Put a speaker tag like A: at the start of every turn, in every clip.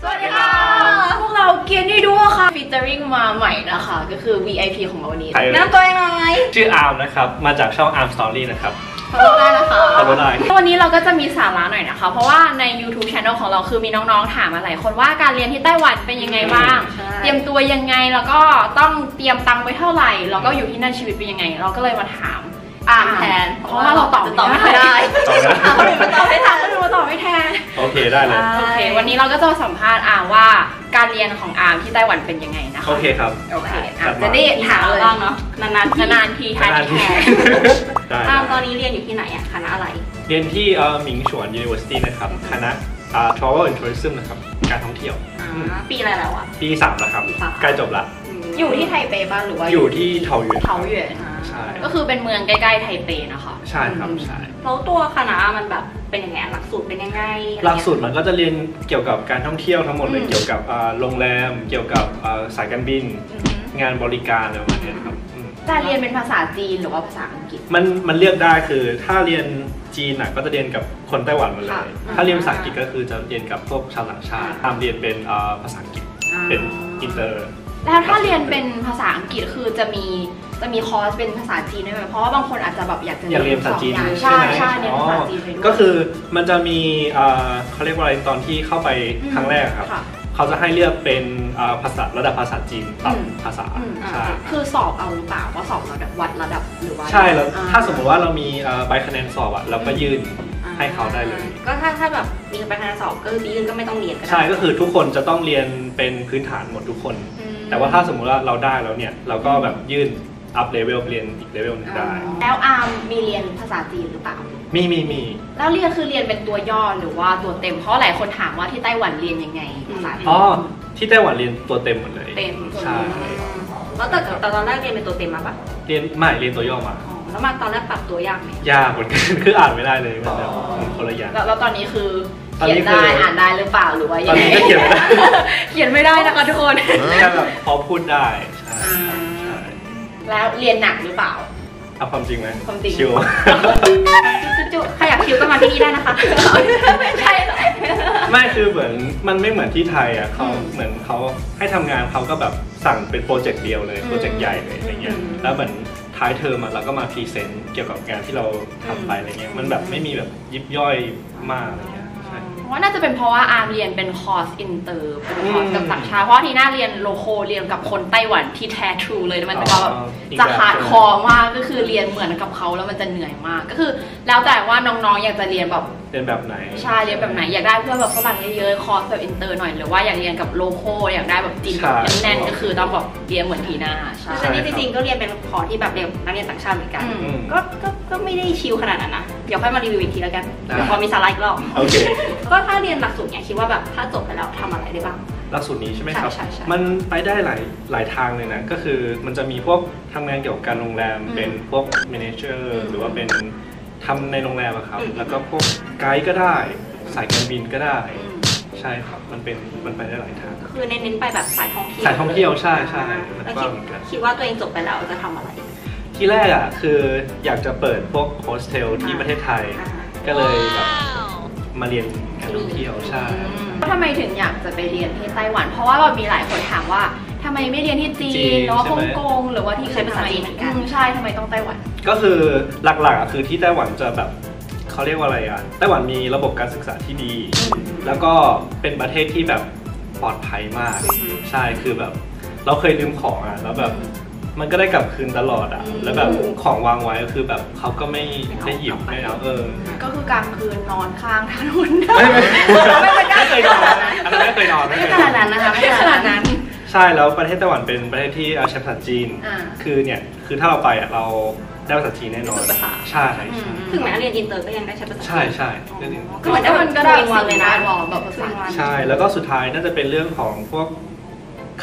A: สวัสดีค่ะ พวกเราเกียร์นี่ด้วยค่ะฟีเจอริงมาใหม่นะคะ ก็คือ VIP ของเราวันนี้
B: ใครเอ่ย
A: น้ำตัวเองหน่อย
B: ชื่ออาร์มนะครับ มาจากช่องอาร์มสตอรี่นะครับ
A: ขอบคุณมากนะคะ
B: ขอบคุณมาก
A: วันนี้เราก็จะมีสาระหน่อยนะคะ เพราะว่าใน YouTube Channel ของเราคือมีน้องๆ ถามมาหลายคนว่าการเรียนที่ไต้หวันเป็นยังไงบ้าง เตรียมตัวยังไง แล้วก็ต้องเตรียมตังค์ไว้เท่าไหร่ แล้วก็อยู่ที่นั่นชีวิตเป็นยังไง เราก็เลยมาถามอ่านแทน เพราะว่าเราตอบ
C: ตอบไม่ได้
B: ต่อนะ
A: คนอื่นมาตอบไม่ทันคนอื่นมาตอบไม่แทน
B: โอเคได้เลย
A: โอเค วันนี้เราก็จะมาสัมภาษณ์อาร์ว่าการเรียนของอาร์มที่ไต้หวันเป็นยังไงนะคะ
B: โอเคครับ
A: โอเค
B: ครั
A: อา
B: บ
A: ร์มจะได้ถามเลย
C: บ้างเนาะนานๆที
A: นานๆทีทาน
B: ที่
A: แขก
B: ได้
C: อ้าวตอนนี้เรียนอยู่ที่ไหนอะคณะอะไร
B: เรียนที่เอ่อหมิงฉวน University นะครับ คณะอ่า Travel and Tourism นะครับ การท่องเที่ยว
C: อ่า ปีอะไรแล้วอะ
B: ปี3แล้วครับ
C: สาม
B: ใกล้จบละ
A: อยู่ที่ไทเปบ้างหรือว่า
B: อยู่ที่เทาหยวน
A: เทาเหยวน
C: อ่า
B: ใช่
A: ก็คือเป็นเมืองใกล้ๆไทเปนะคะ
B: ใช่ครับ ใช่
C: แล้วตัวคณะมันแบบเป็นยังไงหลักสูตรเป็นยังไงอะไรเงี้ย
B: หลักสูตรมันก็จะเรียนเกี่ยวกับการท่องเที่ยวทั้งหมดเล
A: อื
B: ย
A: ม
B: เกี่ยวกับอ่าโรงแรม เกี่ยวกับอ่าสายการบิน งานบริการอะไรประมาณเนี้ยครับอืม
A: จะเรียนเป็นภาษาจีนหรือว่าภาษาอังกฤษ
B: มันมันเลือกได้คือถ้าเรียนจีนน่ะก็จะเรียนกับคนไต้หวันหมาเล
A: ค่ะ
B: ย ถ้าเรียนภาษาอังกฤษก็คือจะเรียนกับพวกชาวต่างชาติตามเรียนเป็นเอ่อภาษาอังกฤษ
C: อ่า
B: เป็นอินเตอร์
A: แล้วถ้าเรียนเป็นภาษาอังกฤษคือจะมีจะมีคอร์สเป็นภาษาจีนด้วยไหมเพราะว่าบางคนอาจจะแบบอยากจะ
B: อยากเรียนภาษาจีน
A: สองอย่ง
B: ใช่
A: ใช่
B: ไหม
A: ใช่เรียน
B: อ๋อ
A: ภาษาจีนไปด้วย
B: ก็คือมันจะมีเอ่อเขาเรียกว่าอะไรตอนที่เข้าไปครั้งแรกอะครับ
A: ค่ะ
B: เขาจะให้เลือกเป็นเอ่อภาษาระดับภาษาจีนต่ำภาษา
A: อืมอ่า
B: ใช่
A: คือสอบเอาหรือเปล่าว่าสอบระดับวัดระดับหรือว่า
B: ใช่แล้ว
A: อ่
B: ถ้าสมมติว่าเรามีเอ่อใบคะแนนสอบอะเราก็ยื่น
C: อ่า
B: ให้เขาได้เลย
C: ก็ถ้าถ้าแบบมีไปคณะสอบก็คือปีอื่นก็ไม่ต้องเรียนก็ได้
B: ใช่ก็คือทุกคนจะต้องเรียนเป็นพื้นฐานหมดทุกคน แต่ว่าถ้าสมมุติว่าเราได้แล้วเนี่ย เราก็แบบยื่นอัพเลเวลเรียนอีกเลเวลหนึงได้
A: แล้วอาร์มมีเรียนภาษาจีนหรือเปล่า
B: มีมีมี
A: แล้วเรียนคือเรียนเป็นตัวย่อหรือว่าตัวเต็ม เพราะหลายคนถามว่าที่ไต้หวันเรียนยังไงภาษาจีน
B: อ๋อที่ไต้หวันเรียนตัวเต็มหมดเลย
A: เต็ม
B: ใช่
C: แล้วแต่แต่ตอนแรกเรียนเป็นตัวเต็มมาปะ
B: เรียนไม่เรียนตัวย่อมา
C: อ๋อแล้วมาตอนแรกปรับตัวยากไหม
B: ยากเหมือนกัน คืออ่านไม่ได้เลยมันแบบคนละอย่าง
A: แล้วแล้วตอนนี้คือ
B: ตอน
A: เขีย
B: นี้
A: นได้
B: คืออ่
A: อ่านได้หรือเปล่าหรือว่า
B: ต
A: ยั
B: อน
A: ง
B: นี้
A: ไง
B: ก็เขีย นไม่ได้
A: เขียนไม่ได้นะคะทุกคน
B: แค่แบบพอพูดได้ใช่ใช่
A: แล้วเรียนหนักหรือเปล่า
B: เอาความจริงไหม
A: ความจริง
B: ชิว
C: จุ๊ๆใครอยากคิวก็มาที่นี่ได้นะคะ
A: ไม่ใช่หรอก
B: ไม่คือเหมือนมันไม่เหมือนที่ไทยอ่ะเขา
A: อืม
B: เหมือนเขาให้ทำงานเขาก็แบบสั่งเป็นโปรเจกต์เดียวเลย
A: อืม
B: โปรเจกต์ใหญ่เลยอะไรเงี้ย
C: อืม
B: แล้วเหมือนท้ายเทอมอะเราก็มาพรีเซนต์เกี่ยวกับงานที่เราทำไปอะไรเงี้ยมันแบบไม่มีแบบยิบย่อยมากอะไรเงี้ยใช่
A: เพราะว่าน่าจะเป็นเพราะว่าอาร์มเรียนเป็นคอร์สอินเตอร์เป็นคอร์ส
B: อืม
A: กับต่างชาติเพราะว่าทีน่าเรียนโลโคเรียนกับคนไต้หวันที่แท้ทรูเลยนะมันจะแบบ จะขาดคอมากก็คือเรียนเหมือนกับเขาแล้วมันจะเหนื่อยมากก็คือ แล้วแต่ว่าน้องๆ อยากจะเรียนแบบ
B: เป็นแบบไหน
A: ใช่เรียนแบบไหนอยากได้เพื่อนแบบฝรั่งเยอะๆคอร์สแบบอินเตอร์หน่อยหรือว่าอยากเรียนกับโลโก้อยากได้แบบจีนแบบแน่นๆก็คือต้องแบบเรียนเหมือนทีหน้าใช่
C: แล้วอันนี้จริงๆก็เรียนเป็นคอร์สที่แบบเรียนนักเรียนต่างชาติเหมือนกัน
A: อืม
B: อืม
C: ก็ก็ก็ไม่ได้ชิลขนาดนั้นนะ เดี๋ยวค่อยมารีวิวอีกทีแล้วกัน
B: ได้
C: เดี๋ยวพอมีสไลด์อีกรอบ
B: โอเค
C: ก็ถ้าเรียนหลักสูตรเนี่ยคิดว่าแบบถ้าจบไปแล้วทำอะไรได้บ้าง
B: หลักสูตรนี้ใช่ไหมครับ
C: ใช่ใช่ใช่
B: มันไปได้หลายหลายทางเลยนะ ก็คือมันจะมีพวกทำงานเกี่ยวกับการโรงแรม
A: อืม
B: เป็นพวก m ม n นเจอร์ หรือว่าเป็นทำในโรงแรมอะครับ
C: อืม
B: แล้วก็พวกไกด์ก็ได้ สายการบินก็ได้
A: อืม
B: ใช่ครับ มันเป็นมันไปได้หลายทาง
C: ก็คือเน้นๆไปแบบสายท่องเที่ยว
B: สายท่องเที่ยวใช่ใช่มัน
C: แล้ว
B: กว้า
C: คิด
B: งเหมือนกัน
C: คิดว่าตัวเองจบไปแล้วจะทำอะไร
B: ที่แรกอะคืออยากจะเปิดพวกโฮสเทลที่ประเทศไทย
C: อ่า
B: ก็เลยแบบมาเรียนการท่องเที่ยวใช่
A: ทำไมถึงอยากจะไปเรียนที่ไต้หวัน เพราะว่าแบบมีหลายคนถามว่าทำไมไม่เรียนที่จีน
B: จีน
A: หรือว่า
B: ใช่
A: ฮ่อ
B: ไหม
A: งกงหรือว่าที่อื่นทำไม
C: เหมือนกัน
A: อืมใช่ทำไมต้องไต้หวัน
B: ก็คือหลักๆอะคือที่ไต้หวันจะแบบเขาเรียกว่าอะไรอ่ะไต้หวันมีระบบการศึกษาที่ดี แล้วก็เป็นประเทศที่แบบปลอดภัยมาก ใช่คือแบบ เราเคยลืมของอ่ะแล้วแบบมันก็ได้กลับคืนตลอดอ่ะ แล้วแบบของวางไว้ก็คือแบบเขาก็ไม่ได้หยิบไม่เอาเออ
A: ก็คือกลางคืนนอนข้างถนน
B: ไม่ไม่ไม่เคยนอนอันนั้นไม่เคยนอนไม่
C: ไม่
B: เคย
C: ข
B: นอน
C: นาดนั้นนะคะ
A: ไม่ขนาดนั้น
B: ใช่แล้วประเทศไต้หวันเป็นประเทศที่เอาใช้ภาษาจีน
A: อ่า
B: คือเนี่ยคือถ้าเราไปอ่ะเราได้ภาษาจีนแน่นอน
C: ภาษา
B: ใช่ใช่
A: อืม
C: ถึงแม้เรียนอินเตอร์ก็ยังได้ใช้ภาษา
B: ใช่ใช่เรื่องนี้
A: ก็เหมือนได้มันก็ได้วันเลยนะแบบภาษา
B: ใช่แล้วก็สุดท้ายน่าจะเป็นเรื่องของพวก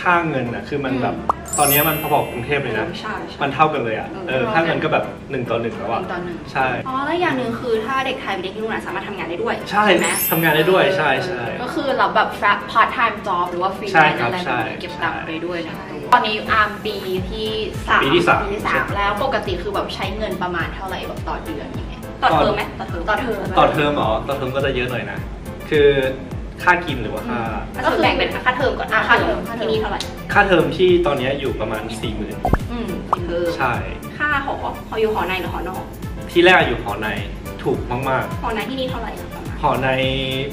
B: ค่าเงินนะคือมัน
A: อืม
B: แบบตอนนี้มันพอๆกรุงเทพเลยนะ
C: ใช่ใช่
B: มันเท่ากันเลยอ่ะ
C: เอ
B: เอ
C: อ
B: อค่าเงินก็แบบหนึ่งต่อหนึ่งแล้ว
A: ห
B: อ่ะ
A: นึ่งต่อหนึ่ง
B: ใช่
C: อ๋อแล้วอย่างหนึ่งคือถ้าเด็กไทยเป็นเด็กที่นู่นนะสามารถทำงานได้ด้วย
B: ใช่
C: ไหม
B: ทำงานได้ด้วยใช่ใช่
A: ก็คือเราแบบ พาร์ทไทม์จ็อบหรือว่าฟรีแล
B: ใช่
A: นซ์
B: ครับ
A: อะไรแบบนี้
B: ใช่
A: เก็บตังค์ไปด้วยนะตอนนี้อาร์มปีที่สาม
B: ปีที่สาม
A: ที่สามแล้วปกติคือแบบใช้เงินประมาณเท่าไหร่แบบต่อเดือนยังไง
C: ต่อเทอมไหมต่อเทอม
A: ต่อเทอม
B: ต่อเทอมเหรอต่อเทอมก็จะเยอะหน่อยนะคือ ค่ากินหรือว่าค่า
C: ก็คือแบ่งเป็นค่าเทอมก่อน
A: อ่ะ
C: ค่าเทอม
A: ค่าเทอ
C: ที่
A: ม
C: นี่เท่าไหร่
B: ค่าเทอมที่ตอนเนี้ยอยู่ประมาณ4ี่หมื่น
A: อืม
C: คือ
B: ใช่
C: ค่าหอหออยู่หอในหรือหอนอก
B: ที่แรกอยู่หอในถูกมาก
C: หอในที่นี่เท่าไหร่อะประมาณ
B: ๆ หอใน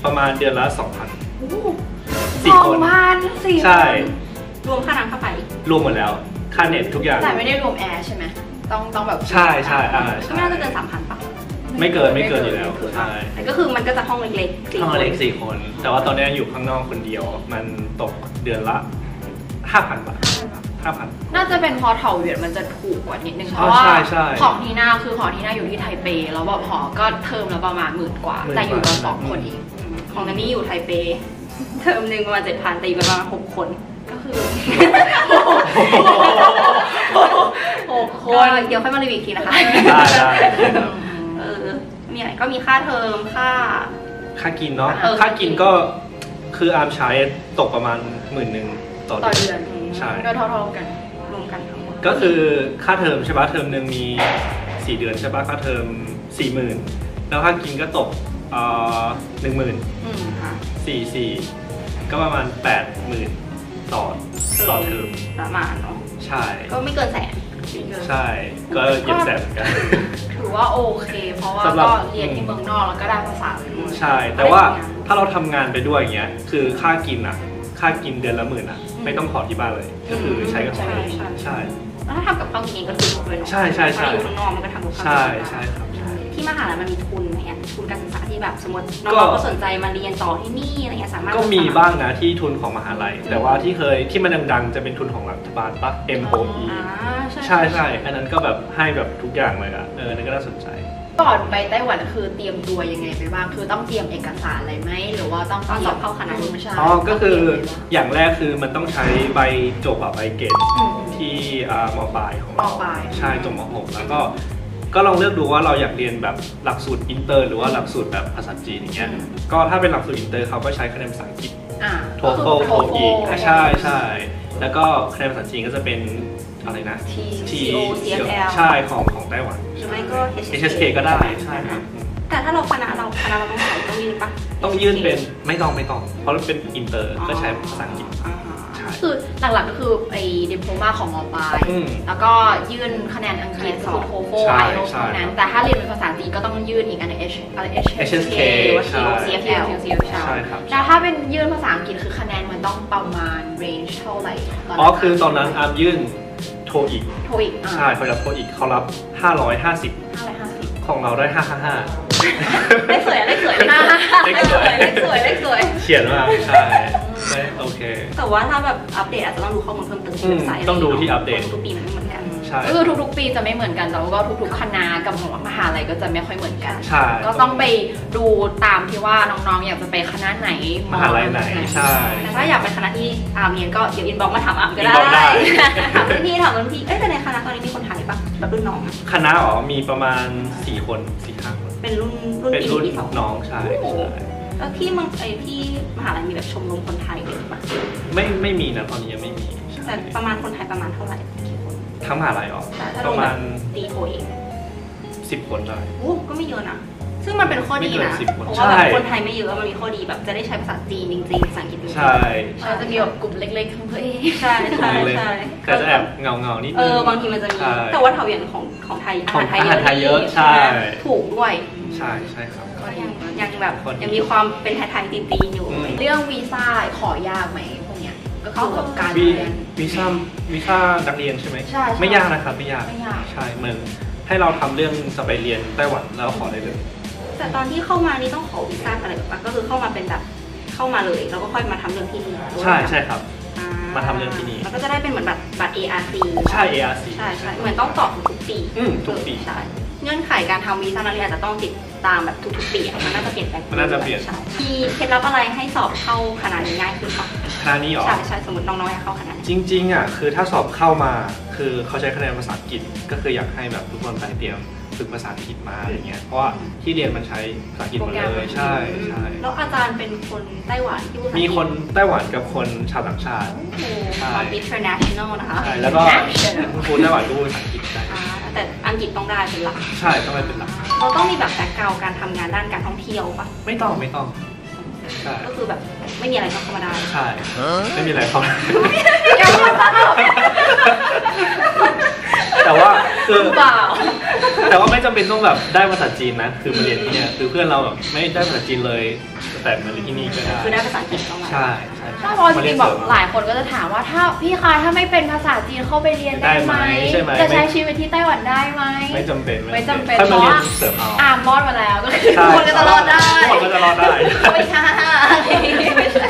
B: ประมาณเดือนละ 2,000
C: โอ้โห
A: ส
B: 4
A: อ
B: ค
A: ง
B: น
A: พันสี่
B: ใช่
C: รวมค่าน้ำค่าไฟ
B: รวมหมดแล้ว ค่าเน็ตทุกอย่าง
A: แต่ไม่ได้รวมแอร์ใช่ไหมต้องต้องแบบ
B: ใช่ใช่อ่า
C: ก็
B: ใช่
C: ไม่น่าจะเกินสามพันป่ะ
B: ไม่เกินไม่เกินอยู่แล้วใช่
C: แต่ก็คือมันก็จะห้องเล็กๆสี่
B: ห้อง
C: คน
B: เล็กสี่คน แต่ว่าตอนเนี้ยอยู่ข้างนอกคนเดียว มันตกเดือนละ 5,000 บาท 5,000
A: น่าจะเป็นพอเถาเหวียนมันจะถูกกว่านิดนึงเพ
B: อ๋อ
A: ราะว่า
B: ใช่ใช่
A: ของทีน่าคือของทีน่าอยู่ที่ไทเป แล้วแบบหอก็เทอมละประมาณหมื่นกว่า
B: หมื่นกว่า
A: แต่อยู่กันสองคนเอง
C: ของนันนี่อยู่ไทเป เทอมหนึ่งประมาณเจ็ดพันแต่อยู่กันประมาณหกคน
A: ก็คือ
C: หกคนเดี๋ยวค่อยมารีวิวอีกทีนะคะ
B: ได้ได้ครับ
C: เออมีอะไรก็มีค่าเทอมค่า
B: ค่ากินเนาะ
C: เออ
B: ค่ากินก็คืออาร์มใช้ตกประมาณหมื่นหนึ่งต่อ
A: ต่อ
B: เดือน
A: เดือน
B: ใช่
A: ก็เท่าๆกัน
C: รวมกันทั้งหมด
B: ก็คือค่าเทอมใช่ปะเทอมหนึ่งมีสี่เดือนใช่ปะค่าเทอมสี่หมื่นแล้วค่ากินก็ตกหนึ่งหมื่น
A: อืม
C: ค่ะ
B: สี่สี่ก็ประมาณแปดหมื่นต่อต่อเทอม
C: ประมาณเนาะ
B: ใช่
C: ก็ไม่เกินแสน
B: ใช่ก็เหย็บแสบเหมือนกัน
A: ถือว่าโอเค เพราะว่า
B: สำหรับ
A: ก็เรียนที่เมืองนอกแล้วก็ได้ภาษาไปด้วย
B: ใช่ แต่ว่าถ้าเราทำงานไปด้วยอย่างเงี้ยคือค่ากินอะค่ากินเดือนละหมื่นอะไม่ต้องขอที่บ้านเลย ก็คือใช้กับของเองใช่
C: แล้วถ้าทำกับข้าวกินเองก็ถูกด้วยเนาะ
B: ใช่ใช่ใช่
C: ถ้าอยู่ข้างนอกมันก็ทำกับข้าว
B: ใช่
C: กินได้
B: ใช่ครับ
C: ที่มหาลัยมันมีทุนไหมอะทุนการศึกษาที่แบบสมมติน้
B: ก็
C: องๆก็สนใจมาเรียนต่อที่นี่อะไรเงี้ยสามารถ
B: ก็มีบ้างนะที่ทุนของมหาลัย แต่ว่าที่เคยที่มันดังๆจะเป็นทุนของรัฐบาลปะ M O E
C: อ่าใช่
B: ใช่ใช่อันนั้นก็แบบให้แบบทุกอย่างเลยอะเอออันนั่นก็น่าสนใจ
A: ก่อนไปไต้หวันคือเตรียมตัวยังไงไปบ้าง คือต้องเตรียมเอกสารอะไรไหม หรือว่าต้อง
C: ต้องสอบเข้าคณะ
A: ใช่
B: อ๋อ ก็คือ
A: ต้งเตรียมะไรบ้าง
B: อย่างแรกคือมันต้องใช้ใบจบอะใบเกรดที่อ่ามปลายของเรา
A: มปลาย
B: ใช่จบมหกแล้วก็ ก็ลองเลือกดูว่าเราอยากเรียนแบบหลักสูตรอินเตอร์ หรือว่าหลักสูตรแบบภาษาจีนอย่างเงี้ย ก็ถ้าเป็นหลักสูตรอินเตอร์เขาก็ใช้คะแนนภาษาอังกฤษ
A: อ่า
B: โทโฟโทอีกอ่ะใช่ใช่แล้วก็คะแนนภาษาจีนก็จะเป็นอะไรนะ
A: ที
B: ที่
C: TO CFL
B: ใช่ของของไต้หวัน
C: หรือไม่ก็
B: HSK ก็ได้ใช่ครับ
C: แต่ถ้าเราคณะเราคณะเราต้องใส่ต้องยื่นปะ
B: ต้องยื่นเป็นไม่ต้องไม่ต้อง เพราะมันเป็นอินเตอร์
C: อ๋อ
B: ก็ใช้ภาษาอังกฤษใช่
A: คือหลักๆก็คือไอ้ดิโพมาของมปลาย
B: อืม
A: แล้วก็ยื่นคะแนนอังกฤษสอบโทโฟ
B: ใช่
A: ไอโอ
B: ใช่
A: เท่านั้น แต่ถ้าเรียนเป็นภาษาจีนก็ต้องยื่นอีกอันหนึ่ง H อะไร
B: HSK
A: หรือว่า
B: ใช่
A: TO CFL
B: ใช่ครับ
A: แล้วถ้าเป็นยื่นภาษาอังกฤษคือคะแนนมันต้องประมาณ range เท่าไหร่น
B: อ๋อคือตอนนั้นอาร์มยื่นโทอีก
A: โทอีกอ่ะ
B: ใช่เขาจะโทอีกเขารับ 550
A: ห้าร้อยห้าสิบ
B: ของเราได้
C: เลขสวยอะเลขสวยเลขสวยเลขสวยเลขสวยเลขสวย
B: 555 เขียนมาใช่ได้โอเค
C: แต่ว่าถ้าแบบอัปเดตอาจจะต้องดูข้อมูลเพิ่มเติมที่เว็บไซต์
B: อืมต้องดูที่อัปเดต
C: ทุกปีมันไม่เหมือนกัน
B: ใช่
A: ก็คือทุกๆ ปีจะไม่เหมือนกันแต่ว่าก็ทุกๆ คณะกับหัวมหาลัยก็จะไม่ค่อยเหมือนกัน
B: ใช่
A: ก็ต้องไปดูตามที่ว่าน้องๆ อยากจะไปคณะไหน
B: มหาลัยไหนใช่
C: แต่ถ้าอยากไปคณะที่อาร์มเรียนก็เดี๋ยวอินบ็อกมาถามอาร์มก็ได้
B: inbox ได้
C: ถามรุ่นพี่ถามรุ่นพี่เอ้ยแต่ในคณะตอนนี้มีคนไทยปะแบบรุ่นน้องอะ
B: คณะอ๋อมีประมาณ 4 คน4 5คน
C: เป็นรุ่นรุ่น
B: เป็น
C: ปี
B: รุ่น
C: ที่สอง
B: น้องใช่ใช่
C: แล้วที่เมึงไอยที่มหาลัยมีแบบชมรมคนไทยด้วยปะ
B: ไม่ไม่มีนะตอนนี้ยังไม่มีใช่
C: แต่ประมาณคนไทยประมาณเท่าไหร่กี่คน
B: ทั้งมหาลัยออก
C: แต่ถ้า
B: ประมาณ
C: ตีโพเอง
B: 10 คนได้
C: โอ้ก็ไม่เยอะนะ ซึ่งมันเป็นข้อดีนะ
B: ไม่เกิน10คน
C: เพราะว่าแบบ
B: ใช่
C: คนไทยไม่เยอะมันมีข้อดีแบบจะได้ใช้ภาษาจีนจริงๆภาษาอังกฤษจริงๆ
B: ใช่
A: เราจะมีแบบกลุ่มเล็กๆของตัวเอง
C: ใช่
B: ตร
C: ใช่
B: งนี้เลย
C: ใช่
B: แต่จะแอบเงาเงาๆนิดนึง
C: เออบางทีมันจะมี
B: ใช่
C: แต่ว่าเถาหยวนของของไทยอาหารไทย
B: ของอาหารไทยเยอะ
C: ใช่ไหม
B: ใช่
C: ถูกด้วย
B: ใช่ใช่ครับ
C: ก็ยังยังแบบ
B: คน
C: ยังมีความเป็นไทยๆตีนๆอยู่
B: อืม
A: เรื่องวีซ่าขอยากไหมพวกเนี้ยก็คือแบบการ
B: วี
A: เรียน
B: วีซ่าวีซ่านักเรียนใช่ไหม
A: ใช่ใช่
B: ไม่ยากนะครับไม่ยาก
A: ไม่ยาก
B: ใช่เหมือนให้เราทำเรื่องจะไปเรียนไต้หวันแล้วขอได้เลย
C: แต่ตอนที่เข้ามานี่ต้องขอวีซ่าอะไรแบบว่าก็คือเข้ามาเป็นแบบเข้ามาเลยแล้วก็ค่อยมาทำเรื่องที่นี่
B: ใช่ใช่ครับ
C: อ่
B: มาทำเรื่องที่นี่
C: แล้วก็จะได้เป็นเหมือนแบบบัตร ARC
B: ใช่ ARC
C: ใช่ใช่เหมือนต้องตอบทุกๆปี
B: อืมทุกปี
C: ใช่เงื่อนไขการทำวีซ่านักเรียนอาจจะต้องติดตามแบบทุกๆปีอะมันน่าจะเปลี่ยนแปลง
B: มันน่าจะเปลี่ยน
C: ใช่มีเคล็ดลับอะไรให้สอบเข้าคณะนี้ง่ายขึ้นปะ
B: คณะนี้เหรอ
C: ใช่ใช่สมมติน้องๆอยากเข้าคณะ
B: จริงๆอ่ะคือถ้าสอบเข้ามาคือเขาใช้คะแนนภาษาอังกฤษก็คืออยากให้แบบทุกคนไปเตรียมฝึกภาษาอังกฤษมาอะไรเงี้ยเพราะว่าที่เรียนมันใช้ภาษาอังกฤษหมดเลยใช่ใช่
C: แล้วอาจารย์เป็นคนไต้หวันที่พูดภาษา
B: มี
C: อังกฤษ
B: คนไต้หวันกับคนชาวต่างชาติ
C: โอ้โห
B: ใช่
C: ความ international นะคะ
B: ใช่แล้วก็คนไต้หวันก็พูดภาษาอังกฤษได้
C: อ่าแต่อังกฤษต้องได้เป็นหลัก
B: ใช่ต้องไปเป็นหลัก
C: เราต้องมีแบบแบ็คกราวการทำงานด้านการท่องเที่ยวปะ
B: ไม่ต้องไม่ต้อง ใช่
C: ก็คือแบบไม่มีอะไรก็เข้ามาได้
B: ใช่ไม่มีอะไรเขา
A: อย่าพูดนะ
B: แต่ว่าคือ
A: เปล่า
B: แต่ว่าไม่จำเป็นต้องแบบได้ภาษาจีนนะ คือมาเรียนที่เนี่ยคือเพื่อนเราแบบไม่ได้ภาษาจีนเลย แต่มาเรียนที่นี่ก็ได้
C: คือได้ภาษาอังกฤษเข้ามา
B: ใช่ใช่
A: ถ้าพอจริงๆบอกห
B: หลา
A: ลายคนก็จะถามว่าถ้าพี่คะถ้าไม่เป็นภาษาจีนเข้าไปเรียนได้ไหม
B: ได้ไหมใช่ไหม
A: จะใช้ชีวิตที่ไต้หวันได้ไหม
B: ไม่จำเป็น
A: ไม่จำเป็น
B: ถ้ามาเรี
A: เพราะ
B: ยน
A: ว่า
B: เสริมเอา
A: อ่ามอดมาแล้วก็คือ
B: ใช่
A: ทุกคนก็จะรอดได้
B: ทุกคนก็จะรอดได้
C: ไม่ใช่ไม่ใช่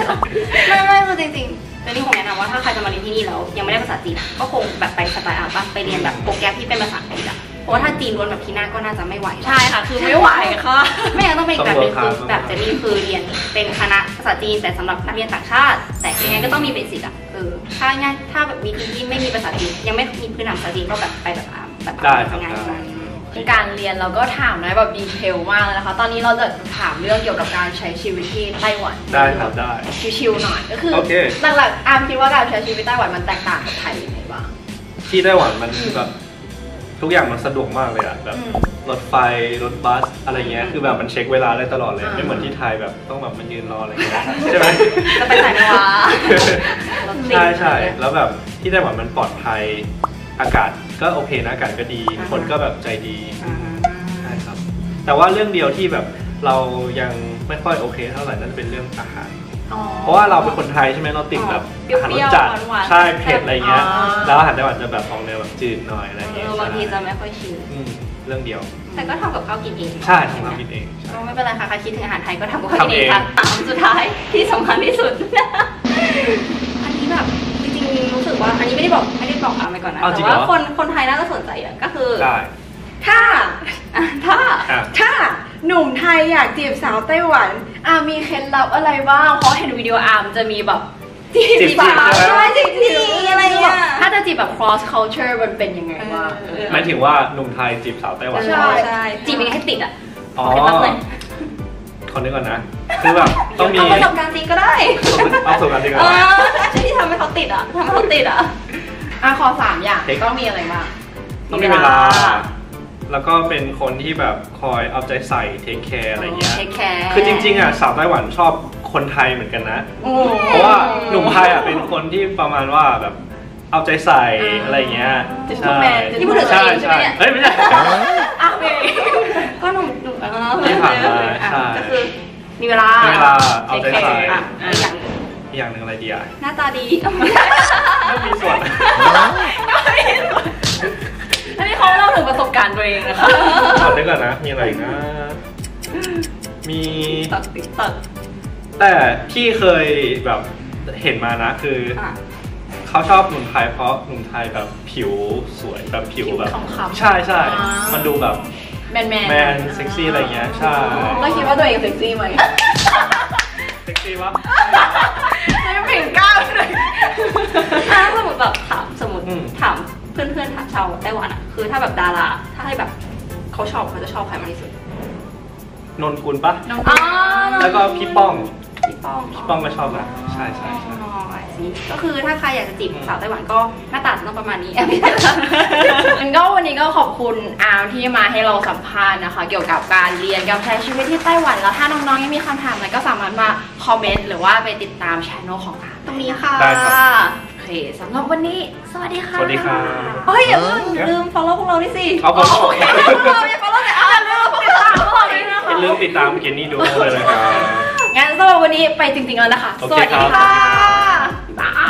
A: ไม่ไม่คือจริง
C: แต่นี่ผมแนะนำว่าถ้าใครจะมาเรียนที่นี่แล้วยังไม่ได้ภาษาจีนอะก็คงแบบไปสไตล์อาร์ตปะไปเรียนแบบโปรแกรมที่เป็นภาษาอังกฤษอะเพราะว่าถ้าจีนล้วนแบบที่หน้าก็น่าจะไม่ไหว
A: ๆ ใช่ค่ะ คือไม่ไหวค่ะ
C: ไม่งั้นต้องเป็นอีกแบบหนึงคือ
B: ต้องเวิร์คคลาส
C: แบบเจนนี่คือเรียนเป็นคณะภาษาจีนแต่สำหรับนักเรียนต่างชาติ แต่ยังไงก็ต้องมีเบสิกอะเออถ้าง่ายถ้าแบบมีทีมที่ไม่มีภาษาจีนยังไม่มีพื้นฐานภาษาจีนก็แบบไปแบบอาร์มแบบ
B: ได้
C: อาร์ม
B: ครับ
C: ทำงาน
B: ได้
C: ง่าย
A: การเรียนเราก็ถามนะแบบดีเทลมากเลยนะคะ ตอนนี้เราจะถามเรื่องเกี่ยวกับการใช้ชีวิตที่ไต้หวัน
B: ได้ครับได้
A: ชิวๆหน่อยก็คือ
B: โอเค
A: หลักๆอาร์มคิดว่าการใช้ชีวิตไต้หวันมันแตกต่างกับไทยยังไงบ้าง
B: ที่ไต้หวันมันแบบทุกอย่างมันสะดวกมากเลยอะแบบ
A: อืม
B: รถไฟรถบัสอะไรเงี้ยคือแบบมันเช็คเวลาได้ตลอดเลย
A: อ่า
B: ไม่เหมือนที่ไทยแบบต้องแบบมันยืนรออะไรเงี้ยใช่ไหม
C: ก็ไปสายไม่ว้าร ถติด
B: ใช่ใช่แล้วแบบที่ไต้หวันมันปลอดภัยอากาศก็โอเคนะอากาศก็ดี
C: อ่าฮะ
B: คนก็แบบใจดี
C: อ่า
B: ใช่ครับ แต่ว่าเรื่องเดียวที่แบบเรายังไม่ค่อยโอเคเท่าไหร่นั่นเป็นเรื่องอาหาร เพราะว่าเราเป็นคนไทยใช่ไหมเราติดแบบ
A: อ๋อ
B: อาหารรสจัด
A: เปรี้ยวๆหวานๆ
B: ใช่เผ็ดอะไรเงี้ย
A: อ๋อ
B: แล้วอาหารไต้หวันจะแบบออกแนวแบบจืดหน่อยอะไรเงี้ย
C: เออบางทีจะไม่ค่อยชิน
B: อืมเรื่องเดียว
C: แต่ก็ทำกับข้าวกินเอง
B: ใช่ของเรากินเองใช่
C: ก็ไม่เป็นไรค่ะใครคิดถึงอาหารไทยก็ทำกับข้าวกินเอง
B: ทำเอง
C: ค่ะสามสุดท้ายที่สำคัญที่สุด อันนี้แบบจริงๆรู้สึกว่า อันนี้ไม่ได้บอกไม่ได้บอกอาไปก่อนนะ
B: เอาจริ
C: แต่
B: งเหรอ
C: ว่าคนคนไทยน่าจะสนใจอ่ะก็คือ
B: ได้
A: ถ้า
C: อ่ะถ้า
B: อ่ะ
A: ถ้าหนุ่มไทยอยากจีบสาวไต้หวันอาร์มมีเคล็ดลับอะไรบ้างเพราะเห็นวิดีโออาร์มจะมีแบบจี
B: จี
A: บบ สาว
B: ใช่ไหม
A: ใช่จีบ
C: นี่อะไร
A: จีบ
C: เนี่ย
A: ถ้าจะจีบแบบ cross culture มันเป็นยังไงบ้าง
C: เออ
B: หมายถึงว่าหนุ่มไทยจีบสาวไต้หวัน
A: ใช่
C: ใช่จีบยังไงให้ติดอ่ะ
B: อ๋อ
C: เคล็ดลับหน่อย
B: ขอนึกก่อนนะ คือแบบต้องมี
C: เอาประสบการณ์จริงก็ได้
B: เอาประสบการณ์ดีก
C: เอ
B: ว่า
C: อที่ทำให้เขาติดอ่ะทำให้เขาติดอ่ะ
A: อ่ะขอสามอย่าง
B: เทค
A: ต้องมีอะไรบ้าง
B: ต้องมีเวลา แล้วก็เป็นคนที่แบบคอยเอาใจใส่เทคแคร์อะไรเงี้ย
C: เทคแคร์
B: คือจริงๆอ่ะสาวไต้หวันชอบคนไทยเหมือนกันนะ
A: โอ้
B: เพราะว่าหนุ่มไทยอ่ะเป็นคนที่ประมาณว่าแบบเอาใจใส่อะไรเงี้ย
A: จิต
B: ใช่
A: แมน
C: ที่พูดถึงตัวเองใช่ไหมเนี่ย
B: เอ้ยไม่ใช่
A: อาร์ม
C: ก็หนุ่มหนุ่มเออ
B: ที่ผ่านมา
C: อ่ะ
B: ใช่
C: ก็คือมีเวลา
B: มีเวลาเอาใจใส่
C: อ่ะอีกอย่างหนึ่ง
B: อีกอย่างหนึ่งอะไรดีอ่ะ
C: หน้าตาดี
B: ไม่มีส่วน
C: อันนี้เขาเล่าถึงประสบการณ์ตัวเองนะคะ
B: ขอนึกก่อนนะ มีอะไรอีกนะ มี
C: ตัดติ๊กตัด
B: แต่ที่เคยแบบเห็นมานะ คืออ
C: อ่ะ
B: เขาชอบหนุ่มไทยเพราะหนุ่มไทยแบบผิวสวยแบบผิวแบบ
A: ผิวขาวๆ
B: ใช่ใช่
A: อ่ามั
B: มันดูแบบ
A: แมนแมน
B: แมนเซ็กซี่อะไรเงี้ยใช่
A: เราคิดว่าตัวเองเซ็กซี่ไหม
B: เซ็กซี่วะ
A: ไม่เพ่งกล้าวเลย
C: ถ้าสมมติแบบถามสมมติ
B: อืม
C: ถามเพื่อนเพื่อนๆถามชาวไต้หวันอะคือถ้าแบบดาราถ้าให้แบบเขาชอบเขาจะชอบใครมากที่สุด
B: นนกุลปะ
A: น้อง
C: อ๋อ
A: อ้า
B: แล้วก็พี่ป้อง
C: พี่ป้อง
B: พี่ป้องก็ชอบนะใช่ใช่ใช่
C: อ๋อไอ้สิก็คือถ้าใครอยากจะจีบสาวไต้หวันก็หน้าตาต้องประมาณนี้แอบไม่ได้ละ
A: มันก็วันนี้ก็ขอบคุณอาร์มที่มาให้เราสัมภาษณ์นะคะ เกี่ยวกับการเรียนการใช้ชีวิตที่ไต้หวันแล้วถ้าน้องๆยังมีคำถามอะไรก็สามารถมาคอมเมนต์หรือว่าไปติดตามช่องของอาร์ม
C: ตรงนี้ค่ะ
B: ได้ครั
A: โอเคสำหรับวันนี้ สวัสดีค่ะ
B: สวัสดีครับ
C: เฮ้ยอย่าเพิ่งลืม follow พวกเราด้วยสิ
B: เอาผมบอก
C: อย่าลืม follow อย่า follow แต่เอาอย่าลืม follow พวกเราด้วยนะ
B: เป็น
C: คะ
B: เรื่องติดตามเกนนี่ดูเลยนะครับ
A: งั้นสำหรับวันนี้ไปจริงๆแล้วนะคะ
B: โอ
A: ส
B: เค
A: วัส
B: ครั
A: ดี
B: บ
A: ค่ะบ๊ายบาย